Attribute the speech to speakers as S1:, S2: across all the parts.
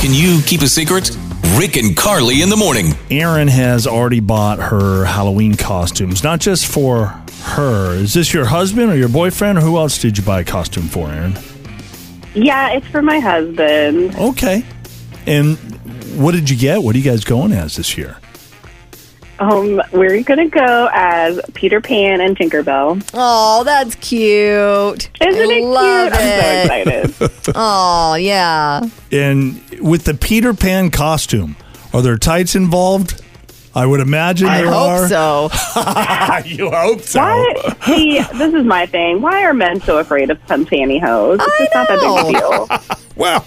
S1: Can you keep a secret? Rick and Carly in the morning.
S2: Erin has already bought her Halloween costumes, not just for her. Is this your husband or your boyfriend, or who else did you buy a costume for, Erin?
S3: Yeah, it's for my husband.
S2: Okay. And what did you get? What are you guys going as this year?
S3: Um, we're gonna go as Peter Pan and Tinkerbell. Isn't
S4: Oh, that's cute.
S3: it
S4: I
S3: cute?
S4: love it.
S3: I'm so excited.
S4: Oh, yeah.
S2: And with the Peter Pan costume, are there tights involved? I would imagine
S4: I
S2: there
S4: hope
S2: are.
S4: so.
S2: you hope so.
S3: Why? See, this is my thing. Why are men so afraid of some pantyhose? It's just not that big of a deal.
S2: Well,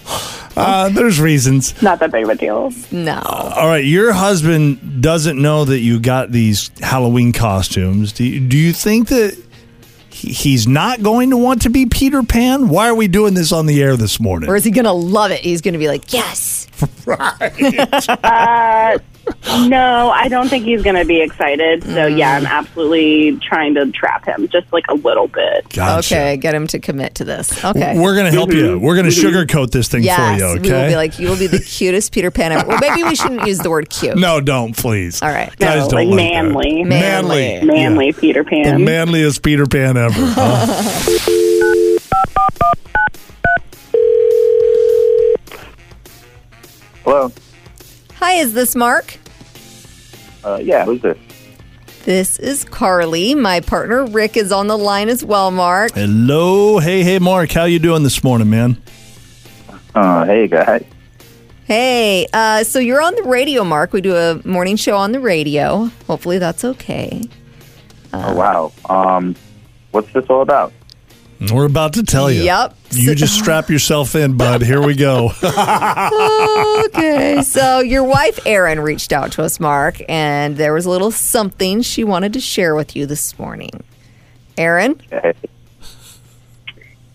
S2: uh, there's reasons.
S3: It's not that big of a deal.
S4: No.
S2: All right, your husband doesn't know that you got these Halloween costumes. Do you, do you think that he- he's not going to want to be Peter Pan? Why are we doing this on the air this morning?
S4: Or is he going to love it? He's going to be like, yes.
S3: No, I don't think he's gonna be excited. So yeah, I'm absolutely trying to trap him just like a little bit.
S2: Gotcha.
S4: Okay, get him to commit to this. Okay.
S2: We're going to help
S3: Mm-hmm.
S2: you. We're going to sugarcoat this thing
S4: yes.
S2: for you,
S4: We will
S2: okay?
S4: be like, you will be the cutest Peter Pan ever. Well, maybe we shouldn't use the word cute.
S2: no, don't, please.
S4: All right.
S2: Guys
S3: No,
S2: don't
S3: like
S2: that.
S3: manly.
S4: Manly.
S3: Manly Peter
S2: The
S3: Pan.
S2: manliest Peter Pan ever. huh?
S5: Hello.
S4: Hi, is this Mark?
S5: Uh, yeah, who's this?
S4: This is Carly. My partner Rick is on the line as well, Mark.
S2: Hello. Hey, hey, Mark. How you doing this morning, man?
S5: Uh, hey guys.
S4: Hey, uh, so you're on the radio, Mark. We do a morning show on the radio. Hopefully that's okay.
S5: Oh wow. Um, what's this all about?
S2: We're about to tell you.
S4: Yep.
S2: You just strap yourself in, bud. Here we go.
S4: okay. So your wife Erin reached out to us, Mark, and there was a little something she wanted to share with you this morning. Erin,
S5: Hey,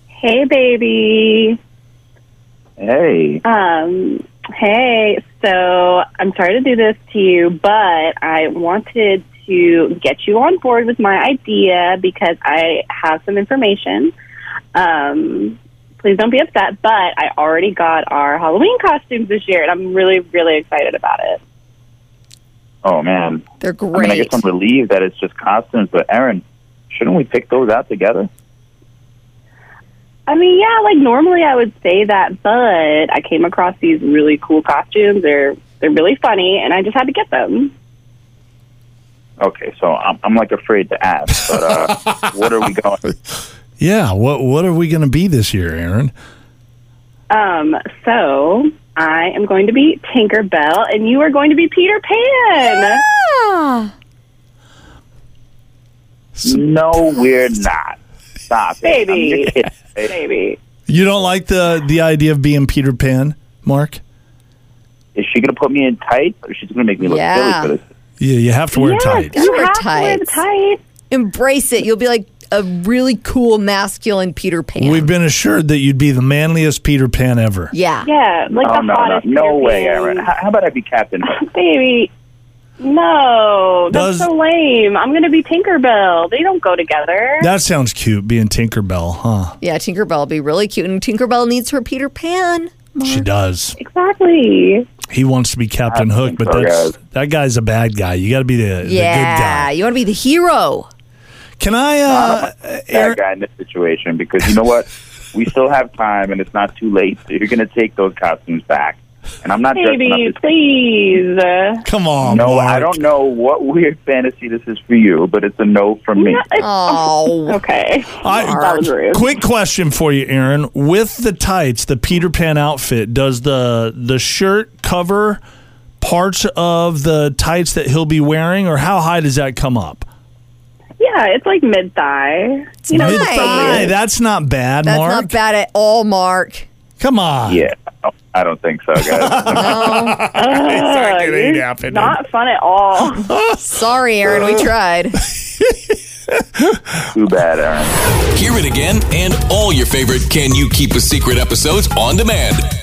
S3: Hey baby.
S5: hey.
S3: Um, hey, so I'm sorry to do this to you, but I wanted to get you on board with my idea because I have some information. Um, please don't be upset, but I already got our Halloween costumes this year, and I'm really, really excited about it.
S5: Oh man.
S4: they're
S5: I mean, I
S4: great.
S5: guess I'm relieved that it's just costumes, but Aaron, shouldn't we pick those out together?
S3: I mean, yeah, like normally I would say that, but I came across these really cool costumes. They're they're really funny, and I just had to get them.
S5: Okay, so I'm, I'm like afraid to ask, but uh, what are we going?
S2: Yeah, what what are we going to be this year, Aaron?
S3: Um, so I am going to be Tinker Bell, and you are going to be Peter Pan.
S4: Ah,
S5: No, we're not. Stop, it. I'm
S3: Baby.
S5: your kid. It-
S3: Baby.
S2: You don't like the the idea of being Peter Pan, Mark?
S5: Is she gonna put me in tights, or she's gonna make me look
S4: Yeah.
S5: silly for this?
S2: Yeah, you have to wear tights.
S3: You
S4: Wear
S3: have to wear the
S4: tights.
S3: tights.
S4: embrace it. You'll be like a really cool masculine Peter Pan.
S2: We've been assured that you'd be the manliest Peter Pan ever.
S4: yeah.
S3: Yeah, like
S5: Oh
S3: the
S5: no, no,
S3: hottest.
S5: no
S3: Peter
S5: way,
S3: Pan.
S5: Aaron. How, how about I be Captain? Hook?
S3: Baby. No,
S2: Does-
S3: that's so lame. I'm going to be Tinker Bell. They don't go together.
S2: That sounds cute, being Tinkerbell, huh?
S4: Yeah, Tinkerbell will be really cute. And Tinkerbell needs her Peter Pan.
S2: She does.
S3: exactly.
S2: He wants to be Captain
S5: I
S2: Hook,
S5: think
S2: but
S5: so,
S2: that's,
S5: guys.
S2: that guy's a bad guy. You got to be the,
S4: Yeah.
S2: the good
S4: You want to be the
S2: guy.
S4: hero.
S2: Can I, uh, Aaron,
S5: that guy in this situation because you know what? we still have time and it's not too late. So you're going to take those costumes back. And I'm not dressing up
S3: Baby,
S5: as-
S3: please.
S2: come on,
S5: No,
S2: Mark.
S5: I don't know what weird fantasy this is for you, but it's a no from me.
S3: No, it's-
S4: Oh.
S3: Okay.
S2: I-
S3: that was rude.
S2: Quick question for you, Aaron. With the tights, the Peter Pan outfit, does the the shirt cover parts of the tights that he'll be wearing, or how high does that come up?
S3: Yeah, it's like mid thigh. You know,
S4: Mid-thigh.
S2: Mid-thigh, That's not bad,
S4: That's
S2: Mark.
S4: not bad at all, Mark.
S2: Come on.
S5: Yeah, no, I don't think so, guys.
S3: Ugh,
S2: it ain't
S3: you're
S2: happening.
S3: Not fun at all.
S4: Sorry, Aaron. We tried.
S5: Too bad, Aaron.
S1: Hear it again and all your favorite Can You Keep a Secret episodes on demand